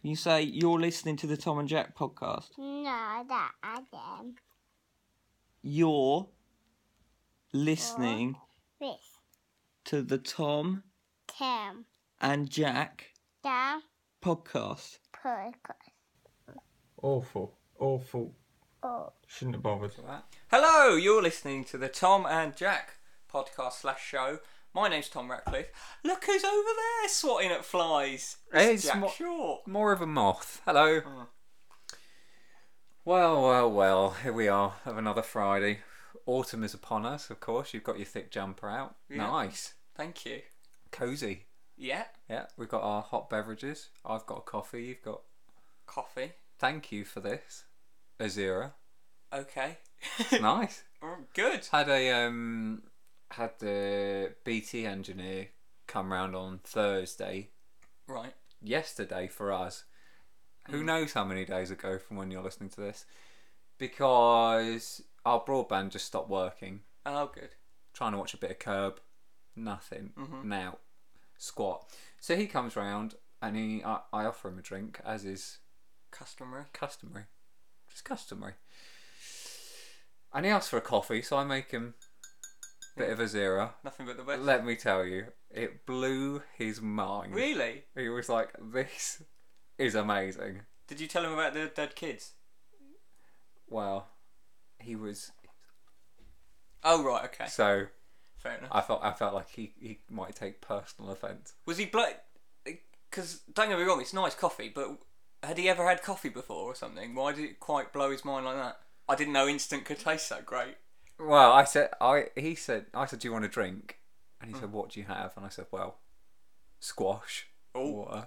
Can you say you're listening to the Tom and Jack podcast? No, that I am You're listening with to the Tom Tim and Jack down podcast. podcast. Awful, awful. Oh, Shouldn't have bothered with that. Hello, you're listening to the Tom and Jack podcast slash show. My name's Tom Ratcliffe. Look who's over there swatting at flies. It's It's Jack mo- Short. More of a moth. Hello. Mm. Well, well, well. Here we are of another Friday. Autumn is upon us, of course. You've got your thick jumper out. Yeah. Nice, Thank you. cozy. Yeah, Yeah, we've got our hot beverages. I've got a coffee. You've got. coffee. Thank you for this, Azira. Okay. nice. Mm, Good. Had a um, had the BT engineer come round on Thursday. Right. yesterday for us. Who knows how many days ago from when you're listening to this? Because our broadband just stopped working. Oh, good. Trying to watch a bit of Curb, nothing. Now, squat. So he comes round and he, I, I offer him a drink, as is Customary. customary. Just customary. And he asks for a coffee, so I make him a bit of a zero. Nothing but the best. Let me tell you, it blew his mind. really? He was like, "This is amazing." Did you tell him about the dead kids? Well, he was Oh, right. Okay. so. Fair enough. I felt I felt like he, he might take personal offence. Was he black? Because don't get me wrong, it's nice coffee, but had he ever had coffee before or something? Why did it quite blow his mind like that? I didn't know instant could taste so great. Well, I said I he said I said, "Do you want a drink?" And he said, "What do you have?" And I said, "Well, squash, Oh. water."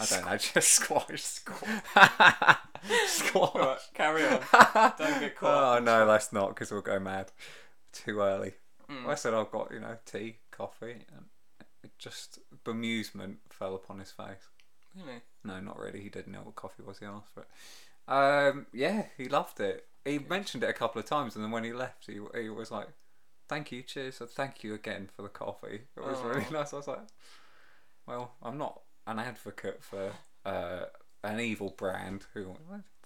I don't know, just squash, squash, Right, squash. carry on. Don't get Oh caught. no, let's not, because we'll go mad too early. Mm. I said I've got you know tea, coffee, and it just bemusement fell upon his face. Really? No, not really. He didn't know what coffee was. He asked for it. Um, yeah, he loved it. He mentioned it a couple of times, and then when he left, he, he was like, "Thank you, cheers, and thank you again for the coffee." It was really Aw. nice. I was like, "Well, I'm not an advocate for uh, an evil brand who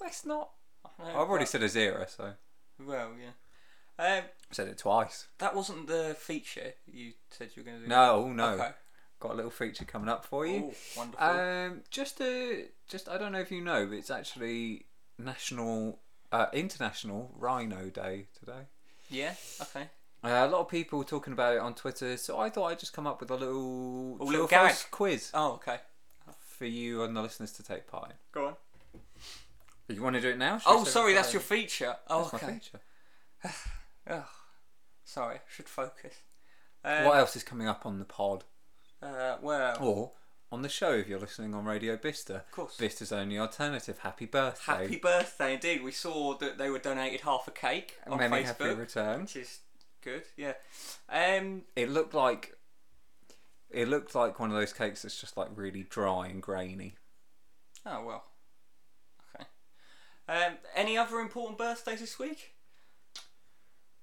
that's not." No, I've already said a zero, so but- Well, yeah. Um, I've said it twice. that wasn't the feature you said you were going to do. No, oh, no, Okay. got a little feature coming up for you. Oh, wonderful. Um, just a just I don't know if you know, but it's actually National uh, International Rhino Day today. yeah. Okay. Uh, a lot of people talking about it on Twitter, so I thought I'd just come up with a little little true or gag. false quiz Oh, okay. for you and the listeners to take part Go on. in. You want to do it now? Should I Oh, save it sorry, for that's your later? feature. Oh, That's my okay. feature. Oh, sorry, I should focus. Um, what else is coming up on the pod Uh, well, or on the show if you're listening on Radio Bista? Of course. Bista's only alternative. Happy birthday. happy birthday indeed. We saw that they were donated half a cake on Many happy Facebook, returns. which is good. Yeah. Um. It looked like it looked like one of those cakes that's just like really dry and grainy. Oh well. Okay. Um. Any other important birthdays this week?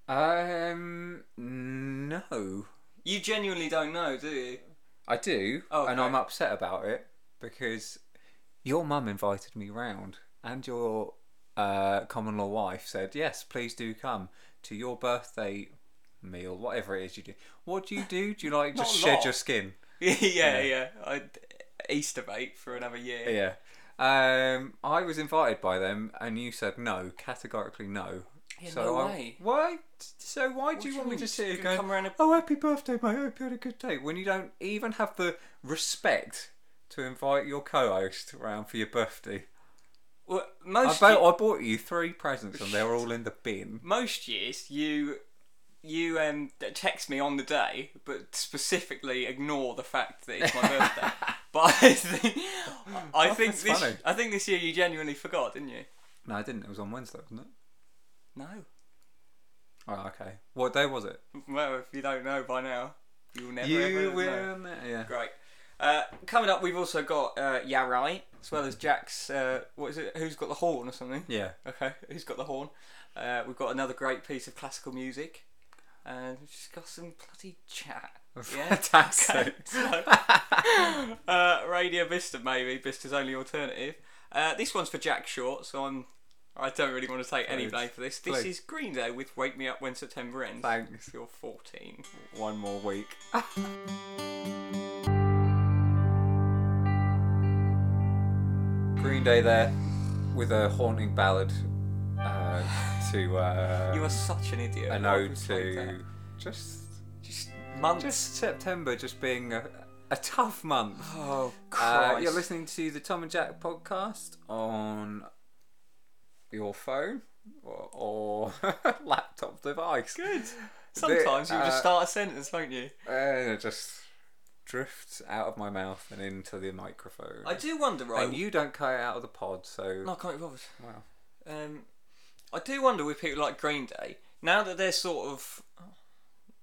Um, no, You genuinely don't know, do you? I do, Oh, and okay. I'm upset about it because your mum invited me round, and your uh, common law wife said yes, please do come to your birthday meal, whatever it is you do. What do you do? Do you like Not just a shed lot. your skin? yeah, yeah. I Easter bait for another year. Yeah. Um, I was invited by them, and you said no, categorically no. Yeah, no I- way. Why? So why do you do you want me mean? to sit here You going, come round and- "Oh, happy birthday, mate! I hope you had a good day," when you don't even have the respect to invite your co-host round for your birthday? Well, I, most bought, ye- I bought you three presents, and they were all in the bin. most years you you um text me on the day, but specifically ignore the fact that it's my birthday. But I think I think Oh, That's this funny. I think this year you genuinely forgot, didn't you? No, I didn't. It was on Wednesday, wasn't it? No. Oh, okay. What day was it? Well, if you don't know by now, you'll never. you ever will. Know. ne- Yeah. Great. Uh, coming up, we've also got uh, Yarai, as well as Jack's. Uh, what is it? Who's got the horn or something? Yeah. Okay, who's got the horn? Uh, we've got another great piece of classical music. and discussing bloody chat. Yeah, Fantastic. so, uh, Radio Vista, maybe Vista's only alternative. Uh, this one's for Jack Short, so I'm. I don't really want to take any Please. blame for this. This Please. is Green Day with "Wake Me Up When September Ends." Thanks. You're 14. One more week. Green Day there with a haunting ballad uh, to uh, You are such an idiot. a Why would ode you say that? to just just months. just September just being a, a tough month. oh Uh, Christ! you're listening to the Tom and Jack podcast on your phone or, or laptop device. Good. Sometimes you just uh, start a sentence, won't you? Uh, it just drifts out of my mouth and into the microphone. I do wonder, right? and you don't cut it out of the pod, so No, I can't be bothered. Wow. Um, I do wonder with people like Green Day, now that they're sort of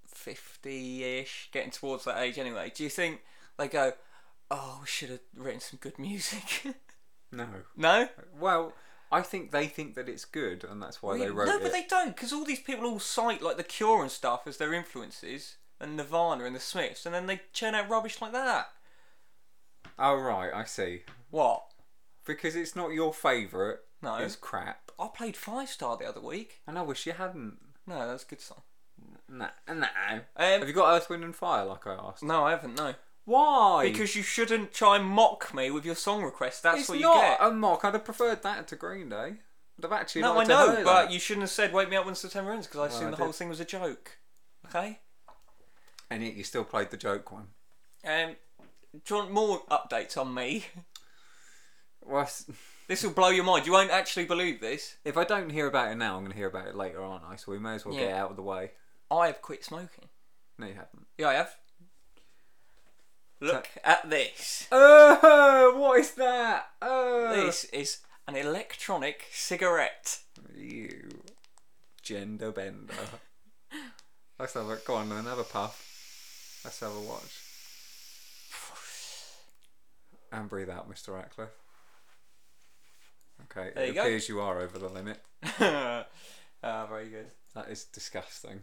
50 ish, getting towards that age anyway, do you think they go, oh, we should have written some good music? no. no? Well, I think they think that it's good, and that's why they wrote no, it. but they don't, because all these people all cite like The Cure and stuff as their influences, and Nirvana and The Smiths, and then they churn out rubbish like that. Oh right, I see. What? Because it's not your favourite. No. It's crap, I played Five Star the other week. and I wish you hadn't. No, that's a good song. Nah, nah. Have Um, you got Earth, Wind, and Fire? Like I asked. no, I haven't, no. Why? Because you shouldn't try and mock me with your song request. That's it's what you get. not a mock. I'd have preferred that to Green Day. I'd have actually. No, I liked to know, hear but that. you shouldn't have said "Wake Me Up When September Ends" because I assumed the I whole did. thing was a joke. Okay. and yet you still played the joke one. Um, do you want more updates on me? Well, s- This will blow your mind. You won't actually believe this. if I don't hear about it now, I'm going to hear about it later, aren't I? So we may as well get it Yeah. out of the way. I have quit smoking. No, you haven't. Yeah, I have. Look at this. Oh, what is that? Oh, This is an electronic cigarette. you gender bender. Let's have a go on another puff. Let's have a watch. And breathe out, Mr. Ackler. Okay, There it you go. appears you are over the limit. Ah, very good. That is disgusting.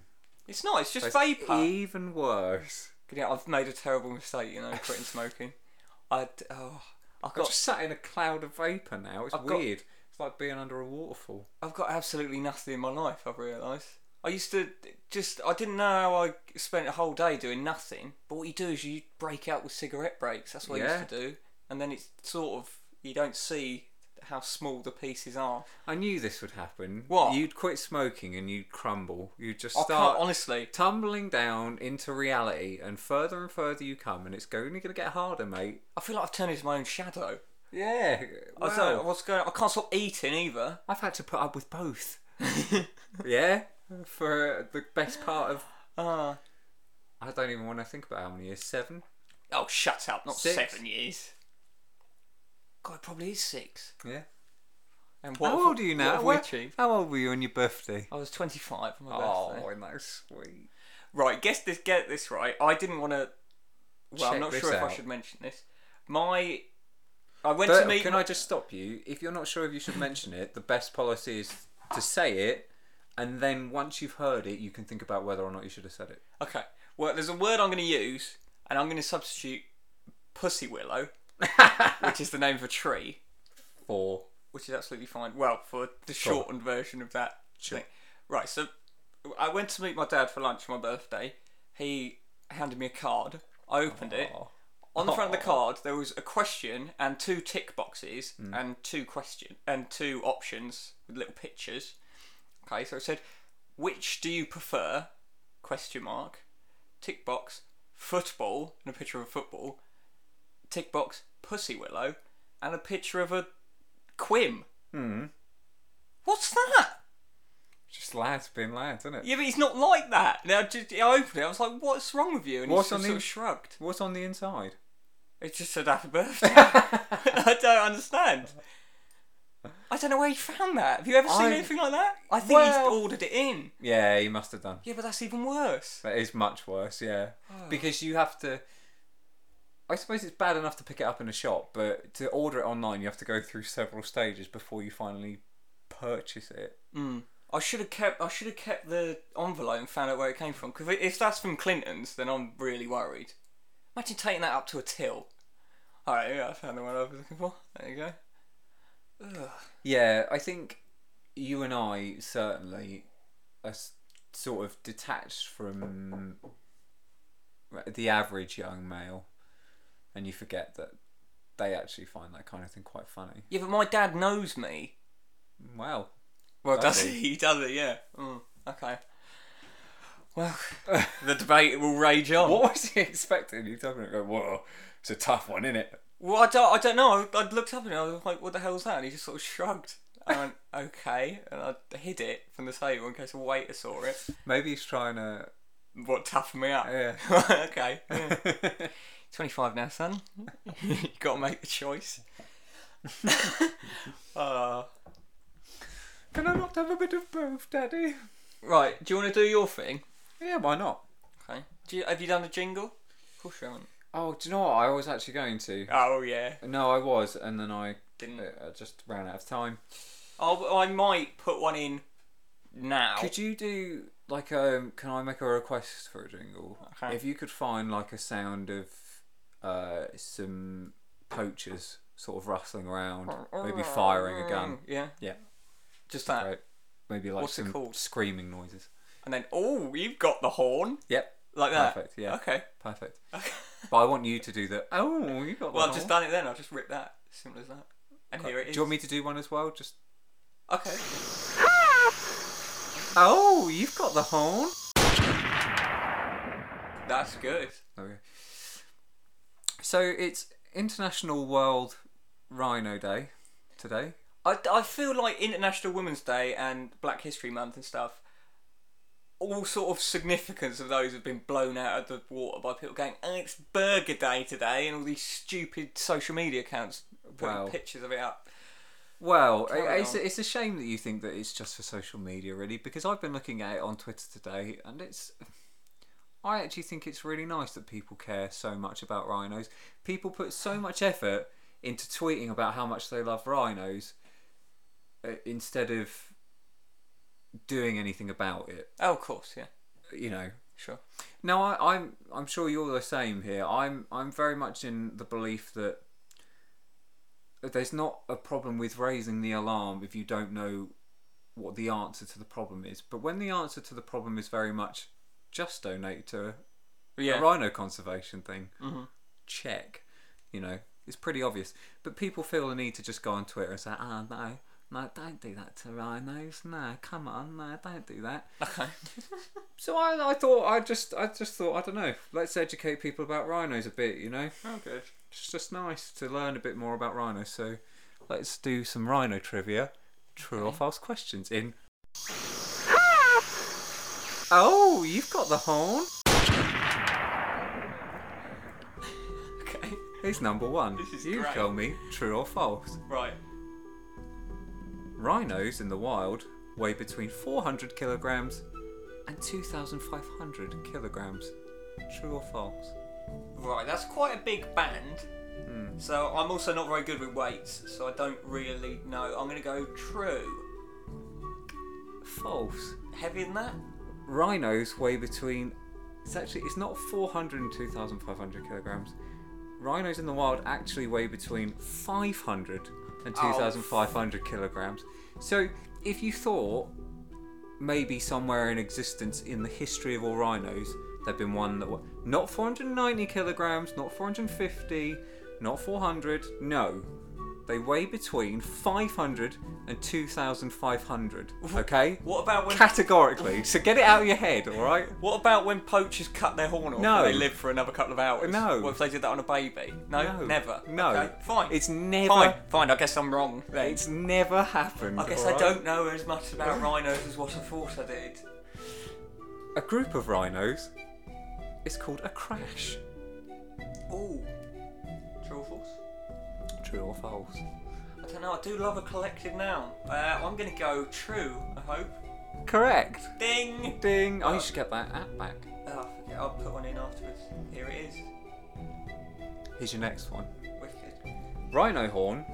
It's not. It's just That's vapor. Even worse. Yeah, I've made a terrible mistake, you know, quitting smoking. I oh, I've I'm got just sat in a cloud of vapor now. It's I've got- weird. It's like being under a waterfall. I've got absolutely nothing in my life. I've realised. I used to just I didn't know how I spent a whole day doing nothing. But what you do is you break out with cigarette breaks. That's what I Yeah. used to do, and then it's sort of you don't see how small the pieces are. I knew this would happen. What? You'd quit smoking and you'd crumble. You'd just I can't start honestly. tumbling down into reality, and further and further you come, and it's only going to get harder, mate. I feel like I've turned into my own shadow. Yeah. I don't know Wow. what's going. on. I can't stop eating either. I've had to put up with both. yeah. For the best part of, Ah. I don't even want to think about how many years. Seven. oh, shut up! Not Six. seven years. God, it probably is six. Yeah. And what? have- how old are you what now? have we Where- achieved? how old were you on your birthday? I was 25 on my birthday. Oh, no, sweet. Right, guess this. Get this right. I didn't want to. Well, Check I'm not this sure if out. I should mention this. My, I went But to meet. can I just stop you? If you're not sure if you should mention it, the best policy is to say it, and then once you've heard it, you can think about whether or not you should have said it. Okay. Well, there's a word I'm going to use, and I'm going to substitute pussy willow, which is the name of a tree, Four. which is absolutely fine. Well, for the shortened version of that Sure. thing. Right. So, I went to meet my dad for lunch on my birthday. He handed me a card. I opened it. On the front of the card, there was a question and two tick boxes and two question and two options with little pictures. Okay, so it said, "Which do you prefer?" Question mark, tick box, football and a picture of a football, tick box, pussy willow, and a picture of a quim. Hmm. What's that? Just lads being lads, isn't it? Yeah, but he's not like that. Now, just, I opened it. I was like, "What's wrong with you?" And What's he on just sort the- of shrugged. What's on the inside? It just said happy birthday. I don't understand. I don't know where he found that. Have you ever seen I- anything like that? I think Well- he's ordered it in. Yeah, you must have done. Yeah, but that's even worse. That is much worse, yeah. Because you have to. I suppose it's bad enough to pick it up in a shop, but to order it online, you have to go through several stages before you finally purchase it. Mm. I should have kept. I should have kept the envelope and found out where it came from. Because if that's from Clinton's, then I'm really worried. Imagine taking that up to a till. All right, yeah, I found the one I was looking for. There you go. Ugh. Yeah, I think you and I certainly are s- sort of detached from the average young male, and you forget that they actually find that kind of thing quite funny. Yeah, but my dad knows me. Wow. Well, Does does he? He does it, yeah. Mm, okay. Well, the debate will rage on. What was he expecting? He told me, go, whoa, it's a tough one, isn't it? Well, I don't, I don't know. I, I looked up and I was like, what the hell's that? And he just sort of shrugged. I went, okay. And I hid it from the table in case a waiter saw it. Maybe he's trying to. What, toughen me up? Yeah. okay. yeah. 25 now, son. you got to make the choice. uh, Can I not have a bit of both, Daddy? right, do you want to do your thing? Yeah, why not? Okay. Do you, have you done a jingle? Of course you haven't. Oh, do you know what? I was actually going to. Oh, yeah. No, I was, and then I, Didn't. I just ran out of time. I'll, I might put one in now. Could you do like um? Can I make a request for a jingle? Okay. If you could find like a sound of uh some poachers sort of rustling around, maybe firing a gun. Yeah. Yeah. Just that. Right. Maybe like Uh, What's it some called? screaming noises. And then, oh, you've got the horn. Yep. Like that. Perfect, yeah. Okay. Perfect. But I want you to do the. Oh, you got. well, one I've just on. done it then. I've just ripped that. Simple as that. And here it Do is. you want me to do one as well? Just. Okay. Oh, you've got the horn. That's good. There we go. So it's International World Rhino Day today. I, I feel like International Women's Day and Black History Month and stuff, all sort of significance of those have been blown out of the water by people going, oh, it's Burger Day today, and all these stupid social media accounts putting Wow. pictures of it up. Well, Carry i- it's on. a, it's a shame that you think that it's just for social media, really, because I've been looking at it on Twitter today, and it's. I actually think it's really nice that people care so much about rhinos. People put so much effort into tweeting about how much they love rhinos, uh, instead of doing anything about it. Oh, of course, yeah. You know, Sure. No, I, I'm I'm sure you're the same here. I'm I'm very much in the belief that there's not a problem with raising the alarm if you don't know what the answer to the problem is. But when the answer to the problem is very much just donate to Yeah. a rhino conservation thing, check, you know, it's pretty obvious. But people feel the need to just go on Twitter and say, ah, no, no, don't do that to rhinos. No, come on, no, don't do that. Okay. So I, I thought I just I just thought I don't know. Let's educate people about rhinos a bit, you know. Oh, good. It's just nice to learn a bit more about rhinos. So let's do some rhino trivia, true or false questions in. Oh, you've got the horn. Okay. Here's number one. This is you great. tell me true or false. Right. Rhinos in the wild weigh between 400 kilograms and 2,500 kilograms. True or false? Right, that's quite a big band. Hmm. So I'm also not very good with weights, so I don't really know. I'm going to go true. False. Heavier than that? rhinos weigh between it's actually it's not 400 and 2500 kilograms rhinos in the wild actually weigh between 500 and Oh. 2500 kilograms so if you thought maybe somewhere in existence in the history of all rhinos there'd been one that wa not 490 kilograms not 450 not 400 no they weigh between 500 and 2500 okay What about when categorically. So get it out of your head, all right? What about when poachers cut their horn off No. and they live for another couple of hours? No. What if they did that on a baby? No, never. No, Okay, fine. It's never. fine. Fine. I guess I'm wrong. Then. It's never happened. I guess all I right? don't know as much about rhinos as what I thought I did. A group of rhinos is called a crash. Ooh. True or false? True or false? I don't know. I do love a collective noun. Uh, I'm going to go true. I hope. Correct. Ding. Ding. I Oh. should get that app back. Oh, forget- I'll put one in afterwards. Here it is. Here's your next one. Wicked. Mm. Rhino horn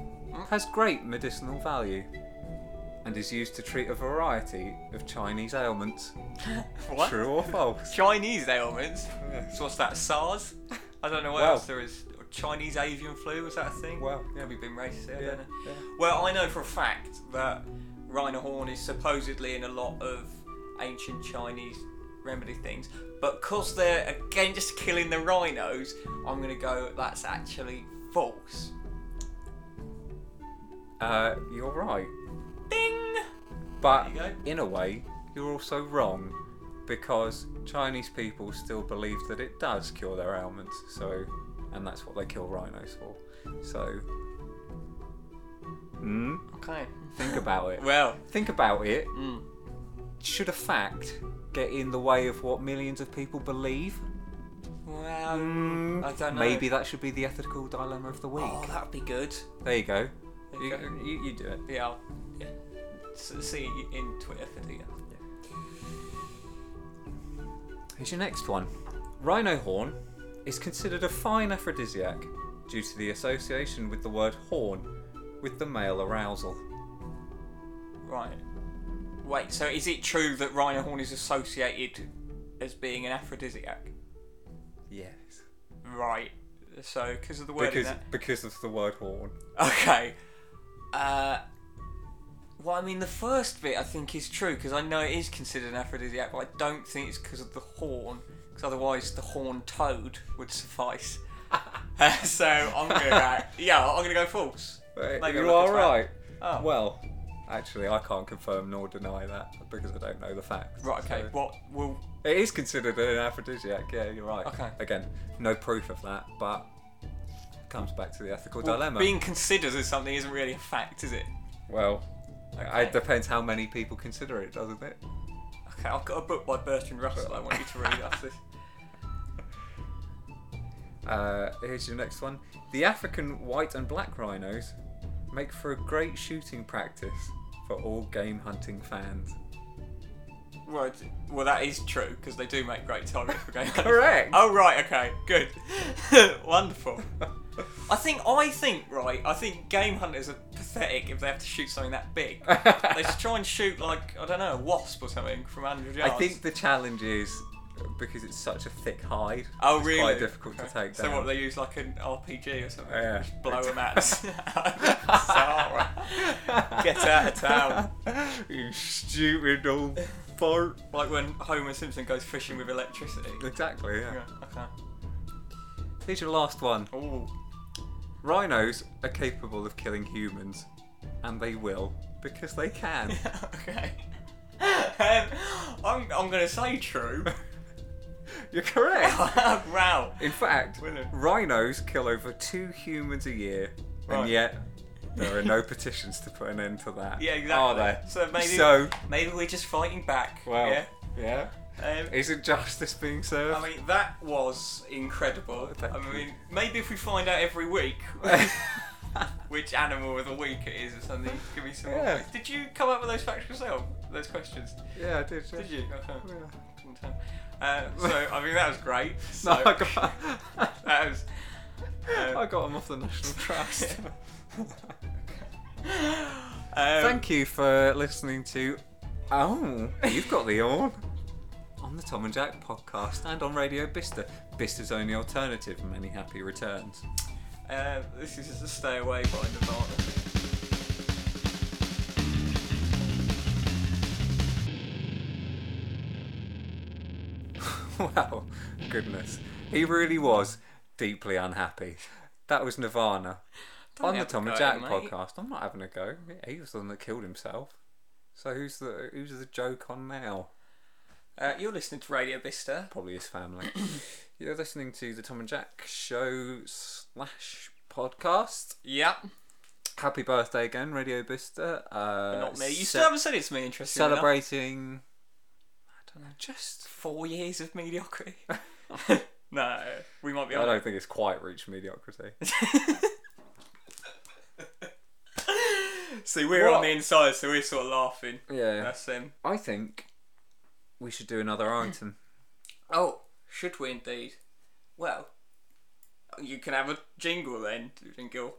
has great medicinal value. and is used to treat a variety of Chinese ailments. What? True or false? Chinese ailments. So what's that? SARS? I don't know what Well. else there is. Chinese avian flu was that a thing? Well, yeah. have we been racist? I Yeah, don't know. yeah. Well, I know for a fact that rhino horn is supposedly in a lot of ancient Chinese remedy things, but because they're against killing the rhinos, I'm gonna go. That's actually false. Uh, you're right. Ding. But There you go. in a way, you're also wrong because Chinese people still believe that it does cure their ailments. So, and that's what they kill rhinos for. So, mm, Okay. think about it. Well, think about it. Should a fact get in the way of what millions of people believe? well, Mm. I don't know. Maybe that should be the ethical dilemma of the week. Oh, that'd be good. There you go. You, Okay. you, you do it. Yeah. I'll, yeah. S- See you in Twitter for the. Here's your next one. Rhino horn is considered a fine aphrodisiac due to the association with the word horn with the male arousal. Right. Wait, so is it true that rhino horn is associated as being an aphrodisiac? Yes. Right. So, because of the word in Because that. because of the word horn. Okay. Uh. Well, I mean, the first bit I think is true because I know it is considered an aphrodisiac, but I don't think it's because of the horn. Because otherwise, the horn toad would suffice. Uh, so I'm gonna go. Yeah, I'm gonna go false. But Maybe you I'll look are into that. right. Oh. Well, actually, I can't confirm nor deny that because I don't know the facts. Right. Okay. so- What? Well. It is considered an aphrodisiac. Yeah, you're right. Okay. Again, no proof of that, but comes back to the ethical well, dilemma. Being considered as something isn't really a fact, is it? Well, Okay. it depends how many people consider it, doesn't it? Okay, I've got a book by Bertrand Russell I want you to read after this. Uh, here's your next one. The African white and black rhinos make for a great shooting practice for all game hunting fans. Well, it's- well, that is true because they do make great targets for game. hunters. Correct. Oh right, okay, good, wonderful. I think I think right. I think game hunters are pathetic if they have to shoot something that big. they just try and shoot like I don't know a wasp or something from 100 I yards. think the challenge is because it's such a thick hide. Oh it's really? Quite difficult to Okay. take So down. what they use like an RPG or something? Yeah. Just blow them out. of Sahara. Get out of town. you stupid old fart. Like when Homer Simpson goes fishing with electricity. Exactly. Yeah. Yeah, okay. Here's your last one. Ooh. Rhinos are capable of killing humans, and they will because they can. okay. um, I'm, I'm going to say true. You're Oh, correct. wow. In fact, Brilliant. rhinos kill over two humans a year, Right. and yet there are no petitions to put an end to that. Yeah, exactly. Are there? So maybe So, maybe we're just fighting back. well, yeah. Yeah. Um, Isn't justice being served? I mean, that was incredible. Thank I you. mean, maybe if we find out every week which animal of the week it is or something, give me some. more Yeah. clues. Did you come up with those facts yourself? Those questions? yeah, I did. yeah. Did you? Okay. Yeah. Couldn't tell. Uh, so I mean, that was great. So, uh, No, I got, that was. um, I got 'em off the National Trust. Um, Thank you for listening to. Oh, you've got the on. On the Tom and Jack podcast and on Radio Bista. Bista's only alternative. Many happy returns. Uh, this is just a stay away by Nirvana. Wow, goodness. He really was deeply unhappy. That was Nirvana. on the have a Tom and go, Jack mate. podcast. I'm not having a go. He was the one that killed himself. So who's the who's the joke on now? Uh, you're listening to Radio Vista. Probably his family. You're listening to the Tom and Jack show slash podcast. Yep. Happy birthday again, Radio Bista. Uh, not me. You ce- still haven't said it's me. Interesting. enough. celebrating. I don't know. Just four years of mediocrity. no, we might be. I on don't think it's quite reached mediocrity. it. See, we're What? on the inside, so we're sort of laughing. yeah. That's them. I think we should do another item. Oh, should we indeed? Well, you can have a jingle then, jingle.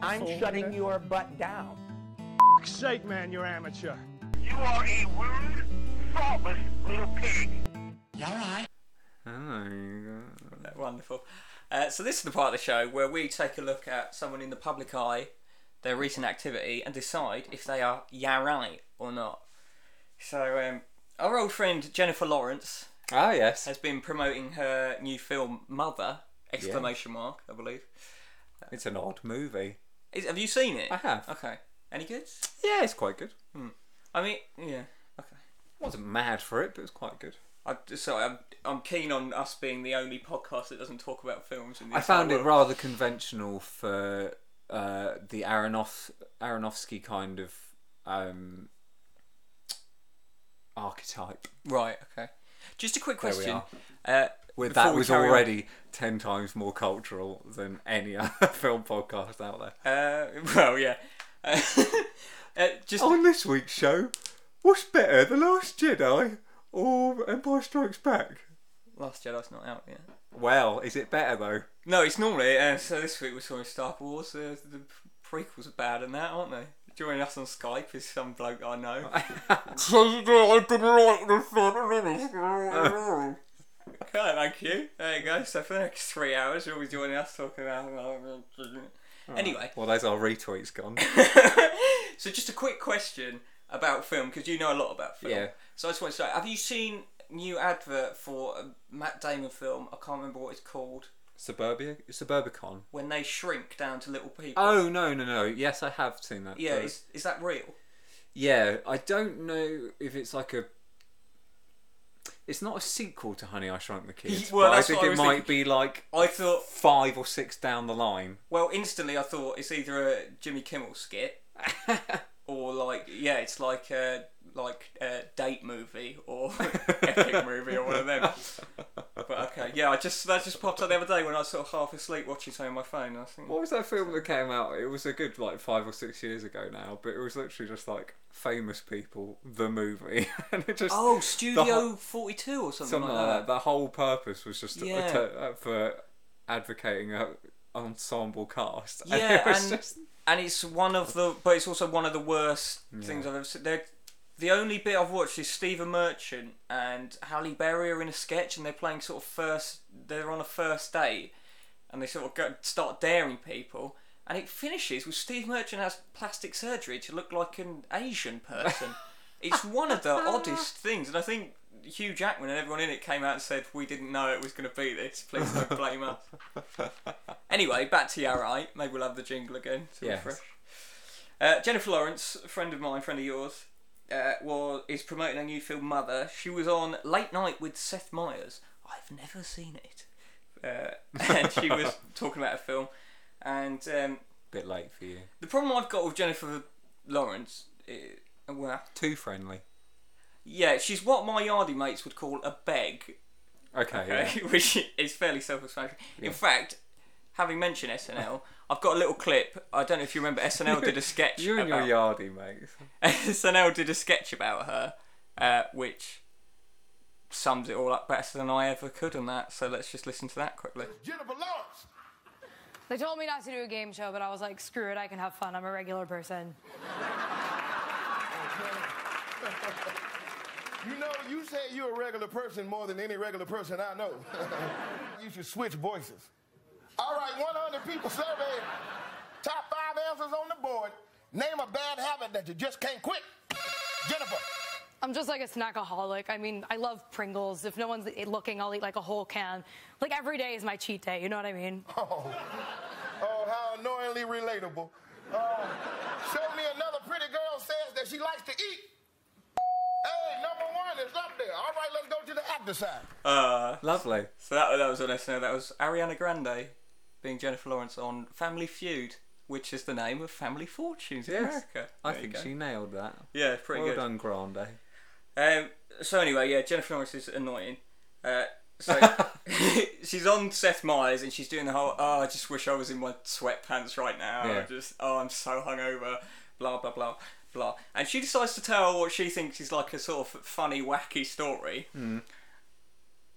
I'm shutting your butt down. fuck's sake, man, you're amateur. You are a rude, thoughtless little pig. Oh, Uh, Wonderful. Uh, so this is the part of the show where we take a look at someone in the public eye, their recent activity, and decide if they are yeah right or not. So um, our old friend Jennifer Lawrence ah, yes. has been promoting her new film Mother! Exclamation mark, I believe. It's an odd movie. Is, have you seen it? I have. Okay. Any good? Yeah, it's quite good. I mean, yeah. Okay. Wasn't mad for it, but it was quite good. I, sorry, I'm, I'm keen on us being the only podcast that doesn't talk about films. In the I entire found it world. rather conventional for uh, the Aronof- Aronofsky kind of um, archetype. Right. Okay. Just a quick There we question. are. Uh, With before that we was carry on. already ten times more cultural than any other film podcast out there. Uh, well, yeah. Uh, uh, just On this week's show, what's better, The Last Jedi or Empire Strikes Back? Last Jedi's not out yet. Well, is it better though? No, it's normally. Uh, so this week we're talking Star Wars. Uh, the prequels are bad and that, aren't they? Joining us on Skype is some bloke I know. Okay, thank you. There you go. So for the next three hours, you'll be joining us talking about. uh, Anyway, well, there's our retweets gone. so just a quick question about film because you know a lot about film. Yeah. So I just want to say, have you seen new advert for a Matt Damon film? I can't remember what it's called. Suburbia, Suburbicon. When they shrink down to little people. Oh no, no, no. Yes, I have seen that. yeah. but- Is, is that real? yeah. I don't know if it's like a. It's not a sequel to Honey I Shrunk the Kids, Well, but I that's think what I it was might thinking. be like I thought. five or six down the line. Well, instantly I thought it's either a Jimmy Kimmel skit, or like yeah, it's like a like a date movie or epic movie or one of them. But okay, yeah, I just that just popped up the other day when I was sort of half asleep watching something on my phone. And I think, What was that film that came out? It was a good like five or six years ago now, but it was literally just like famous people, the movie, and it just oh, the whole- Studio Forty Two or something, something like that. The whole purpose was just Yeah. to, uh, for advocating a ensemble cast. and Yeah, it was and, just and it's one of the, but it's also one of the worst things I've ever seen. They're, the only bit I've watched is Stephen Merchant and Halle Berry are in a sketch, and they're playing sort of first. They're on a first date, and they sort of go, start daring people, and it finishes with Steve Merchant has plastic surgery to look like an Asian person. it's one of the oddest things, and I think. Hugh Jackman and everyone in it came out and said, "We didn't know it was going to be this. Please don't blame us." Anyway, back to your right. Maybe we'll have the jingle again to Yes. refresh. Uh, Jennifer Lawrence, a friend of mine, friend of yours, uh, was is promoting her new film Mother. She was on Late Night with Seth Meyers. I've never seen it. Uh, and she was talking about a film, and um, bit late for you. the problem I've got with Jennifer Lawrence, is, well, Too friendly. yeah, she's what my yardie mates would call a beg, Okay. yeah. okay, which is fairly self-explanatory. In fact, having mentioned SNL, I've got a little clip. I don't know if you remember. SNL did a sketch. You and about, your yardie, mate. SNL did a sketch about her, uh, which sums it all up better than I ever could on that. So let's just listen to that quickly. Jennifer Lawrence. They told me not to do a game show, but I was like, screw it, I can have fun. I'm a regular person. You know, you say you're a regular person more than any regular person I know. you should switch voices. All right, 100 people surveyed. Top five answers on the board. Name a bad habit that you just can't quit. Jennifer. I'm just like a snackaholic. I mean, I love Pringles. If no one's e-, looking, I'll eat like a whole can. Like every day is my cheat day, you know what I mean? Oh, oh how annoyingly relatable. Uh, show me another pretty girl says that she likes to eat. Hey, number one is up there. All right, let's go to the actor side. Lovely. So that, that was on SNL. That was Ariana Grande being Jennifer Lawrence on Family Feud, which is the name of Family Fortunes in Yes. America. I There you think go. she nailed that. Yeah, pretty well good. Uh, done, Grande. Um, so anyway, yeah, Jennifer Lawrence is annoying. Uh, so she's on Seth Meyers and she's doing the whole, oh, I just wish I was in my sweatpants right now. Yeah. Just, oh, I'm so hungover. Blah, blah, blah, blah. And she decides to tell what she thinks is like a sort of funny, wacky story. Hmm.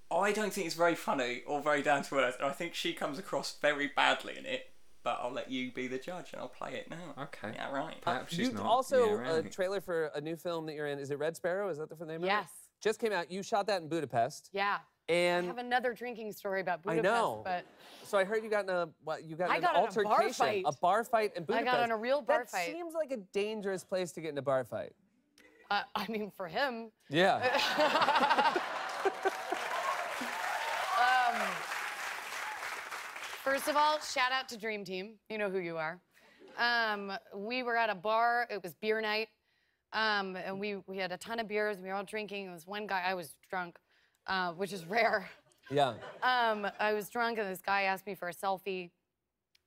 I don't think it's very funny or very down to earth. and I think she comes across very badly in it. but I'll let you be the judge and I'll play it now. Okay. Yeah, right. Perhaps she's you not. also uh, Yeah, a right. trailer for a new film that you're in. Is it Red Sparrow? Is that the name of it? Yes. Just came out. You shot that in Budapest. Yeah. I And have another drinking story about I Budapest, know. but so I heard you got in a what? You got in I an got in a altercation, bar fight. bar fight in I Budapest. got in a real bar that fight. seems like a dangerous place to get in a bar fight. uh, I mean, for him, Yeah. First of all, shout out to Dream Team. You know who you are. Um, we were at a bar. It was beer night, um, and we we had a ton of beers. We were all drinking. There was one guy. I was drunk, uh, which is rare. yeah. Um, I was drunk, and this guy asked me for a selfie,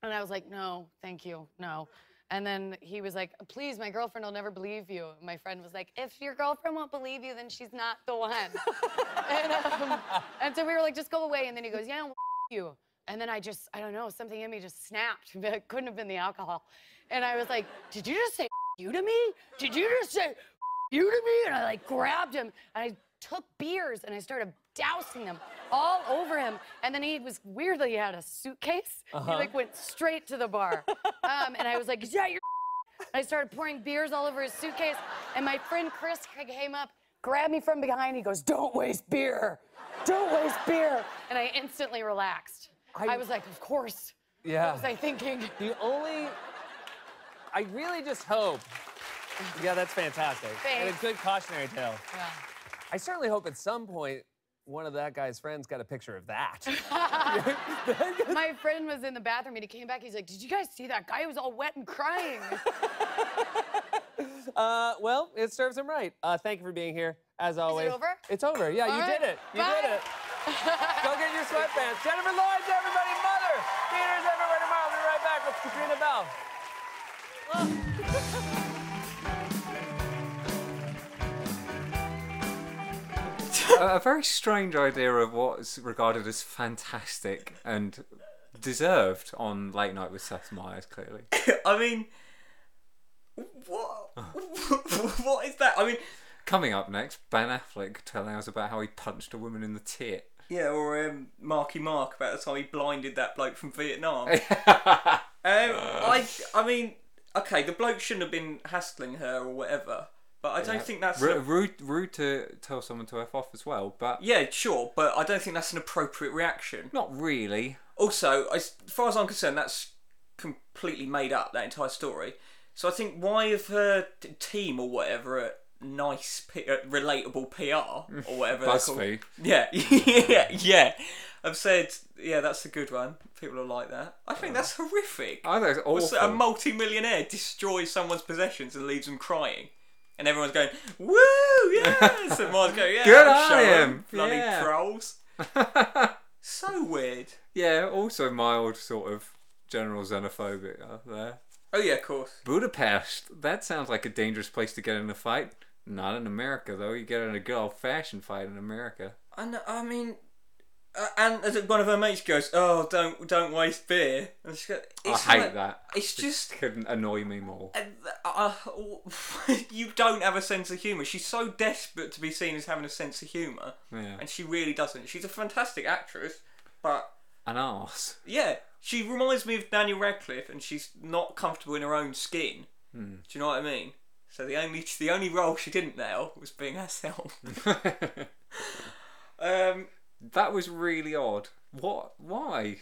and I was like, "No, thank you, no." And then he was like, "Please, my girlfriend will never believe you." My friend was like, "If your girlfriend won't believe you, then she's not the one." and, um, and so we were like, "Just go away." And then he goes, "Yeah." well, you. And then I just, I don't know, something in me just snapped. It couldn't have been the alcohol. And I was like, did you just say you to me? Did you just say you to me? And I like grabbed him and I took beers and I started dousing them all over him. And then he was weirdly, he had a suitcase. He like went straight to the bar. um, and I was like, is that your I started pouring beers all over his suitcase, and my friend Chris came up, grabbed me from behind. He goes, "Don't waste beer, don't waste beer," and I instantly relaxed. I, was like, "Of course." Yeah. What was I thinking? The only. I really just hope. Yeah, that's fantastic. And a Thanks. good cautionary tale. Yeah. I certainly hope at some point one of that guy's friends got a picture of that. My friend was in the bathroom, and he came back. He's like, "Did you guys see that guy? He was all wet and crying." Uh, well, it serves him right. Uh, thank you for being here, as always. over? It's over. Yeah, you All right. did it. You Bye. did it. Go get your sweatpants. Jennifer Lawrence, everybody, mother. Theaters everywhere tomorrow. We'll be right back with Katrina Bell. a, a very strange idea of what's regarded as fantastic and deserved on Late Night with Seth Meyers, clearly. I mean, what? what is that? I mean, Coming up next, Ben Affleck telling us about how he punched a woman in the tit. yeah, or um, Marky Mark about the time he blinded that bloke from Vietnam. um, I, I mean, okay, the bloke shouldn't have been hassling her or whatever, but I don't think that's. Ru- an- rude, rude to tell someone to F off as well, but yeah, sure, but I don't think that's an appropriate reaction. not really. Also, as far as I'm concerned, that's completely made up, that entire story. So I think why if her t- team or whatever at Nice, P- uh, Relatable PR or whatever they're called- BuzzFeed. Yeah, yeah, yeah. I've said, yeah, that's a good one. People are like that. I think that's horrific. I think it's Also, Uh, awful. A multi-millionaire destroys someone's possessions and leaves them crying. And everyone's going, woo, yes! And mine's going, yeah, Good I'll on show 'em, him. Bloody Yeah. trolls. so weird. Yeah, also mild sort of general xenophobia there. Oh, yeah, of course. Budapest. That sounds like a dangerous place to get in a fight. Not in America though. You get in a good old-fashioned fight in America. And I mean, uh, and as one of her mates goes, "Oh, don't don't waste beer." And she goes, it's Oh, I hate like- that. It's just couldn't annoy me more. uh, uh, you don't have a sense of humour. She's so desperate to be seen as having a sense of humour, Yeah. and she really doesn't. She's a fantastic actress, but An arse. yeah, she reminds me of Daniel Radcliffe, and she's not comfortable in her own skin. Hmm. Do you know what I mean? So the only the only role she didn't nail was being herself. Hmm. um. That was really odd. What? Why?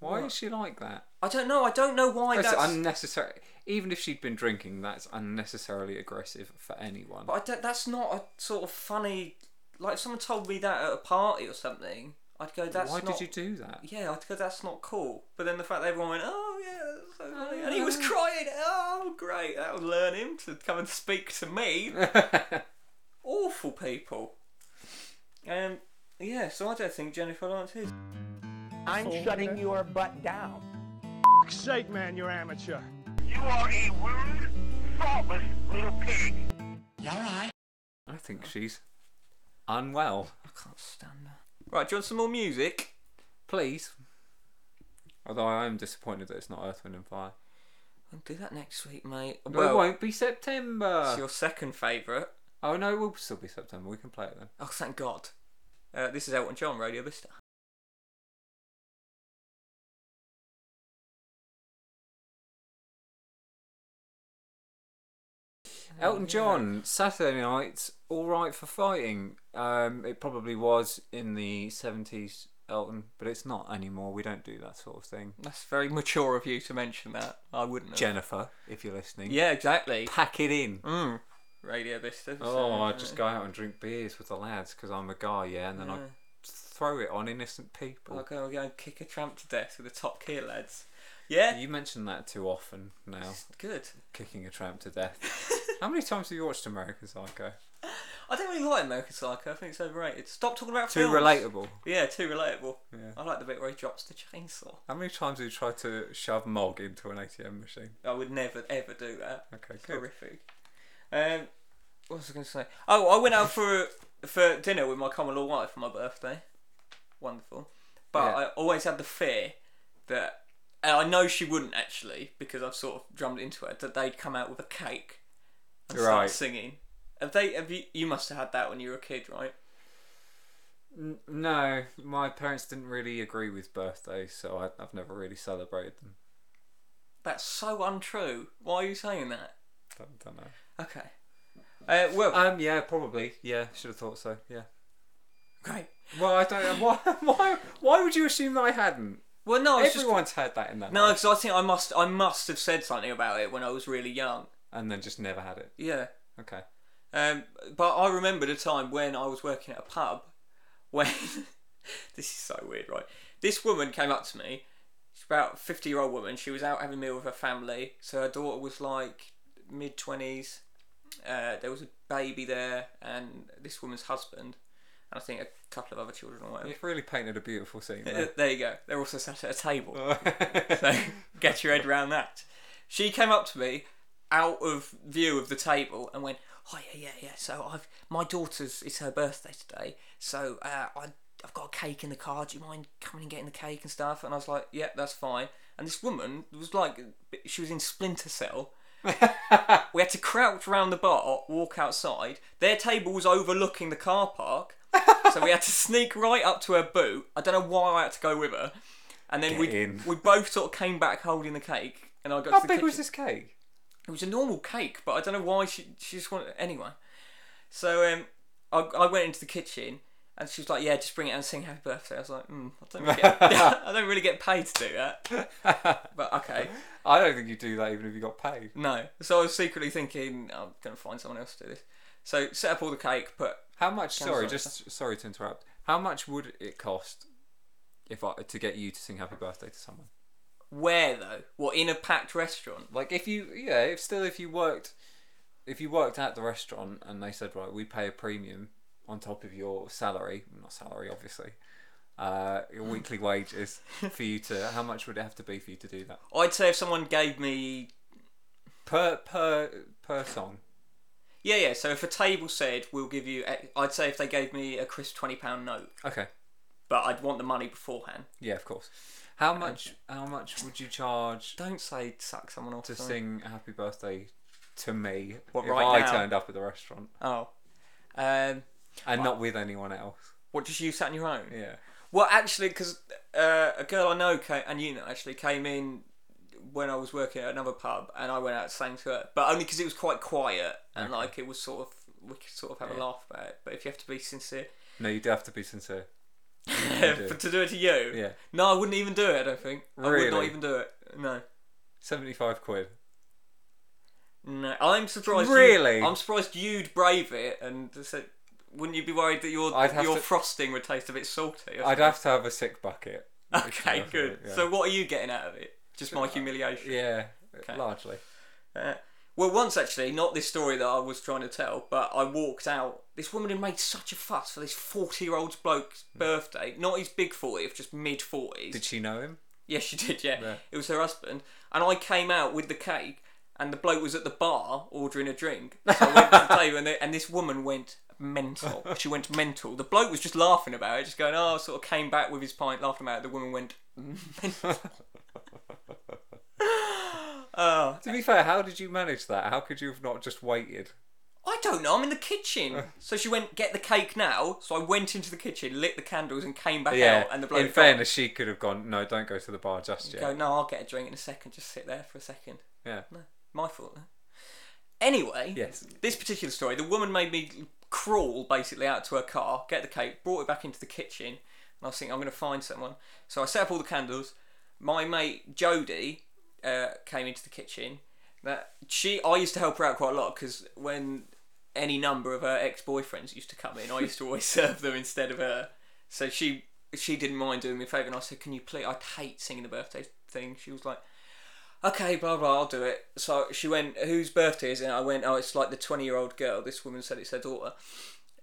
Why is she like that? I don't know. I don't know why That's, that's. unnecessary. Even if she'd been drinking, that's unnecessarily aggressive for anyone. but I don't, that's not a sort of funny. Like if someone told me that at a party or something, I'd go. That's Why not- did you do that? Yeah, I'd go. That's not cool. But then the fact that everyone went, oh yeah, that's so funny," and he was crying. Oh great, that'll learn him to come and speak to me. Awful people. Um. Yeah. So I don't think Jennifer Lawrence is. I'm shutting your butt down. sake, man, you're amateur. You are a rude, thoughtless little pig. I think she's unwell. I can't stand that. Right. Do you want some more music? Please. Although I am disappointed that it's not Earth, Wind and Fire. I'll do that next week, mate. it Well, won't be September. it's your second favourite. Oh no, it will still be September. We can play it then. Oh, thank God. Uh, this is Elton John, Radio Vista. Elton John, Saturday night, all right for fighting. Um, it probably was in the seventies, Elton, but it's not anymore. We don't do that sort of thing. That's very mature of you to mention that. I wouldn't have. Jennifer, if you're listening, yeah, exactly. pack it in. Radio Vistas. Oh, I just go out and drink beers with the lads because I'm a guy, yeah, and then I throw it on innocent people. I'll go and go and oh, kick a tramp to death with the top gear lads. Yeah, You mention that too often now, good. kicking a tramp to death. How many times have you watched American Psycho? I don't really like American Psycho. I think it's overrated. Stop talking about Too films. relatable. Yeah, too relatable. Yeah. I like the bit where he drops the chainsaw. How many times have you tried to shove Mog into an ATM machine? I would never ever do that. Okay, It's good. horrific. Um, what was I going to say? Oh, I went out for for dinner with my common law wife for my birthday. Wonderful, but Yeah. I always had the fear that, and I know she wouldn't actually because I've sort of drummed into it that they'd come out with a cake and Right. start singing. Have they? Have you? You must have had that when you were a kid, right? No, my parents didn't really agree with birthdays, so I, I've never really celebrated them. That's so untrue. Why are you saying that? Don't, don't know. Okay. Uh, well, Um, yeah, probably. Yeah, should have thought so. Yeah. great. Well, I don't. Why? Why? Why would you assume that I hadn't? Well, no, I was just Everyone's had that in their No, life, because I think I must I must have said something about it when I was really young. and then just never had it. Yeah. Okay. Um, but I remember the time when I was working at a pub when this is so weird, right? This woman came up to me. She's about a fifty year old woman. She was out having a meal with her family. So her daughter was like mid twenties. Uh, there was a baby there, and this woman's husband, and I think a couple of other children or whatever. You've really painted a beautiful scene. Uh, there. There you go. They're also sat at a table. so get your head round that. She came up to me out of view of the table and went, "Oh yeah, yeah, yeah. So I've my daughter's. It's her birthday today. So uh, I I've got a cake in the car. Do you mind coming and getting the cake and stuff?" And I was like, "Yeah, that's fine." And this woman was like, she was in Splinter Cell. we had to crouch round the bar, walk outside. Their table was overlooking the car park, so we had to sneak right up to her boot. I don't know why I had to go with her. And then Get we in. we both sort of came back holding the cake, and I got How to the big was kitchen. this cake? It was a normal cake, but I don't know why she she just wanted anyway. So um, I I went into the kitchen. And she was like, "Yeah, just bring it out and sing Happy Birthday." I was like, mm, "I don't, really get, I don't really get paid to do that." But uh, okay, I don't think you do that even if you got paid. no. So I was secretly thinking, I'm going to find someone else to do this. So set up all the cake, put How much? Sorry, sorry, just sorry to interrupt. How much would it cost if I to get you to sing Happy Birthday to someone? where though? What in a packed restaurant? Like if you, yeah, if still if you worked, if you worked at the restaurant and they said right, we pay a premium on top of your salary, not salary obviously, uh, your weekly wages for you to. How much would it have to be for you to do that I'd say if someone gave me, per per per song? yeah, yeah. So if a table said we'll give you, X- I'd say if they gave me a crisp twenty pound note, Okay, but I'd want the money beforehand. yeah, of course. How much? How much would you charge Don't say suck someone off to sorry. sing Happy Birthday to me What, if right I now? turned up at the restaurant Oh, um, and not with anyone else? what just you sat on your own? Yeah. Well, actually, because uh, a girl I know came, and you know actually came in when I was working at another pub, and I went out and sang to her, but only because it was quite quiet and like it was sort of we could sort of have a laugh about it. But if you have to be sincere, No, you do have to be sincere. do. but to do it to you, Yeah. no, I wouldn't even do it. I don't think I would not Really? even do it. No. Seventy-five quid. No, I'm surprised. you- Really? I'm surprised you'd brave it and said, wouldn't you be worried that your I'd have your to- frosting would taste a bit salty? or something? I'd have to have a sick bucket. Okay, good. Yeah. So what are you getting out of it? Just my humiliation. yeah, largely. Uh, well, once actually, not this story that I was trying to tell, but I walked out. This woman had made such a fuss for this 40 year old bloke's birthday. Not his big 40th, just mid 40s. Mm. Did she know him? Yes, she did, yeah. Yeah. It was her husband. And I came out with the cake, and the bloke was at the bar ordering a drink. So I went to the table, and, the- and this woman went mental. She went mental. The bloke was just laughing about it, just going, oh, sort of came back with his pint, laughing about it. The woman went mental. To be fair, how did you manage that? How could you have not just waited? I don't know. I'm in the Uh. kitchen. so she went, get the cake now. So I went into the kitchen, lit the candles, and came back Yeah. out. And the bloke in fairness, she could have gone. No, don't go to the bar just yet. go, no, I'll get a drink in a second. Just sit there for a second. Yeah. My fault. Then. Anyway, Yes. this particular story, the woman made me crawl basically out to her car, get the cake, brought it back into the kitchen, and I was thinking I'm going to find someone. So I set up all the candles. My mate Jody uh, came into the kitchen. That she, I used to help her out quite a lot because when any number of her ex-boyfriends used to come in, I used to always serve them instead of her. So she she didn't mind doing me a favour, and I said, "Can you please? I hate singing the birthday thing." She was like okay, blah blah, I'll do it. So she went, whose birthday is it? I went, oh, it's like the twenty-year-old girl. This woman said it's her daughter.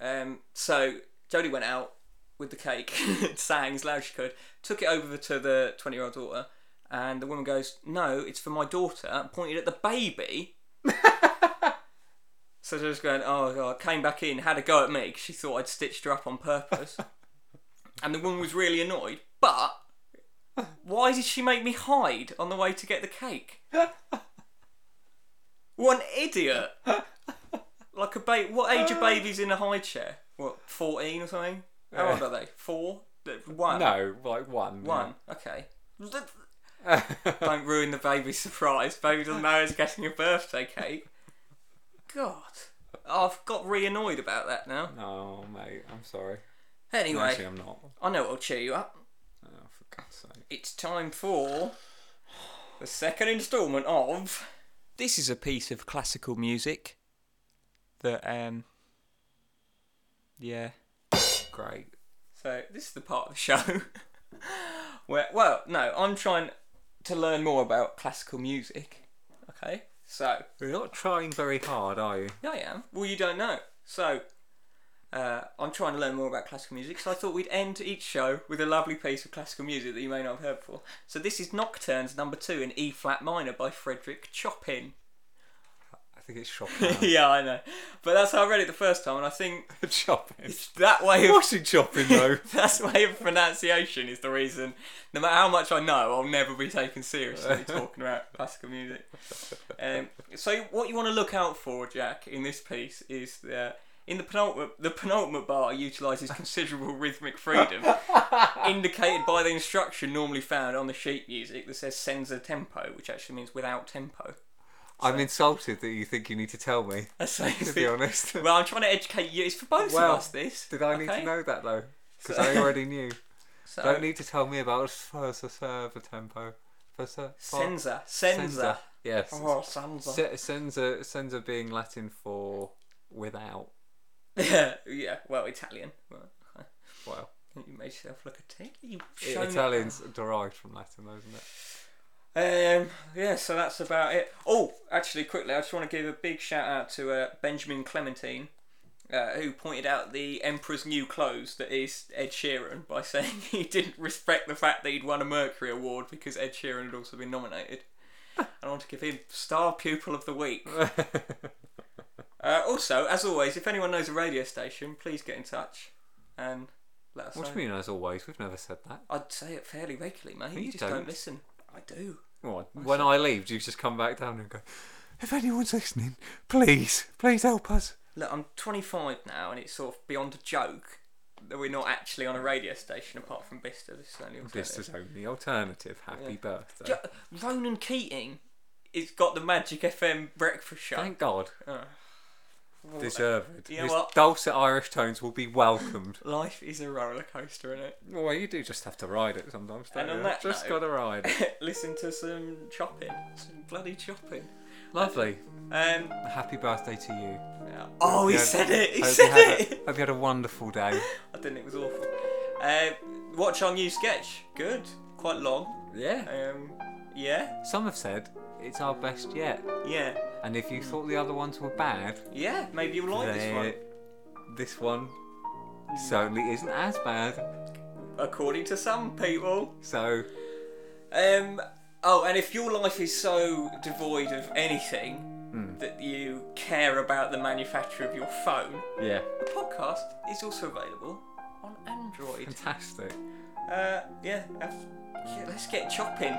Um, so Jodie went out with the cake, sang as loud as she could, took it over to the twenty-year-old daughter, and the woman goes, no, it's for my daughter, and pointed at the baby. so she was going, oh god, came back in, had a go at me. 'cause She thought I'd stitched her up on purpose, and the woman was really annoyed, but. Why did she make me hide on the way to get the cake? what an idiot! like a baby. What age are babies in a high chair? What, 14 or something? How old are they? Four? One? No, like one. One? Okay. Don't ruin the baby's surprise. Baby doesn't know it's getting a birthday cake. God. I've got re annoyed about that now. No, Oh, mate, I'm sorry. Anyway, Actually, I'm not. I know it'll cheer you up. Oh, for God's sake. It's time for the second instalment of. This is a piece of classical music that, um. Yeah. Great. So, this is the part of the show where, well, no, I'm trying to learn more about classical music. Okay? So, You're not trying very hard, are you? yeah, I am. Well, you don't know. So, uh, I'm trying to learn more about classical music, so I thought we'd end each show with a lovely piece of classical music that you may not have heard before. So, this is Nocturnes number two in E flat minor by Frederick Chopin. I think it's shopping. yeah, I know. But that's how I read it the first time, and I think chopping. that way of. What's he chopping though? That's way of pronunciation is the reason. No matter how much I know, I'll never be taken seriously talking about classical music. Um, so what you want to look out for, Jack, in this piece is that in the penultimate, the penultimate bar utilises considerable rhythmic freedom, indicated by the instruction normally found on the sheet music that says "senza tempo," which actually means without tempo. I'm insulted that you think you need to tell me. That's To be honest. Well, I'm trying to educate you. It's for both Well, of us. This Did I need okay? Oh. to know that though? Because So- I already knew. So, Don't need to tell me about Versa Server Tempo. Versa. senza, senza. Yes. Oh, senza. Se- Senza, senza being Latin for without. Yeah, yeah. Well, Italian. Well, Well, you made yourself look Italian. You i- shown- Italian's derived from Latin, though, isn't it? Um. Yeah. So that's about it. Oh, actually, quickly, I just want to give a big shout out to uh, Benjamin Clementine, uh, who pointed out the Emperor's New Clothes that is Ed Sheeran by saying he didn't respect the fact that he'd won a Mercury Award because Ed Sheeran had also been nominated. I want to give him Star Pupil of the Week. uh, also, as always, if anyone knows a radio station, please get in touch and let us What know. do you mean, as always? We've never said that. I'd say it fairly regularly, mate. No, you you just don't. don't. listen. I do. Well, when I leave, do you just come back down and go, if anyone's listening, please, please help us? Look, I'm 25 now, and it's sort of beyond a joke that we're not actually on a radio station apart from Bista. This is only This alternative. is only alternative. Happy birthday. Jo- Ronan Keating has got the Magic FM breakfast show. Thank God. Oh. Deserved. You know His what? dulcet Irish tones will be welcomed. Life is a roller coaster, isn't it? well, you do just have to ride it sometimes, don't And on you? that just note- gotta ride it. Listen to some chopping, some bloody chopping. Lovely. Um, Happy birthday to you. oh, he Yeah. said it. He Hope you said had it. A, hope you had a wonderful day. I think it was awful. Uh, watch our new sketch. Good. Quite long. yeah. Um, yeah. Some have said it's our best yet, Yeah. and if you thought the other ones were bad, Yeah, maybe you'll like this one. they're- this one certainly isn't as bad. According to some people. So Um oh, and if your life is so devoid of anything that you care about the manufacture of your phone, yeah, the podcast is also available on Android. fantastic. Uh yeah, uh, yeah let's get chopping.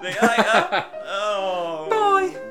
See you later. oh. Bye.